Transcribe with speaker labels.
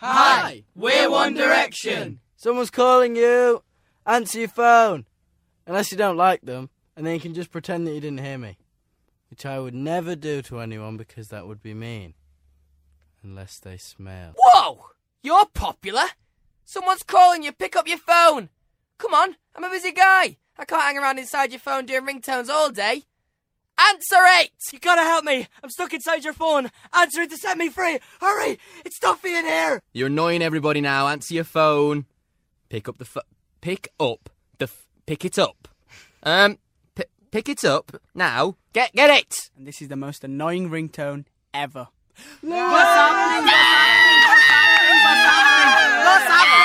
Speaker 1: Hi, we're One Direction.
Speaker 2: Someone's calling you. Answer your phone. Unless you don't like them, and then you can just pretend that you didn't hear me. Which I would never do to anyone because that would be mean. Unless they smell.
Speaker 1: Whoa! You're popular. Someone's calling you. Pick up your phone. Come on, I'm a busy guy. I can't hang around inside your phone doing ringtones all day. Answer it!
Speaker 2: You gotta help me! I'm stuck inside your phone! Answer it to set me free! Hurry! It's stuffy in here!
Speaker 3: You're annoying everybody now. Answer your phone. Pick up the ph- pick up the f- pick it up. Um, p- pick it up now. Get get it.
Speaker 4: And this is the most annoying ringtone ever.
Speaker 1: What's happening? What's happening? What's happening? What's happening?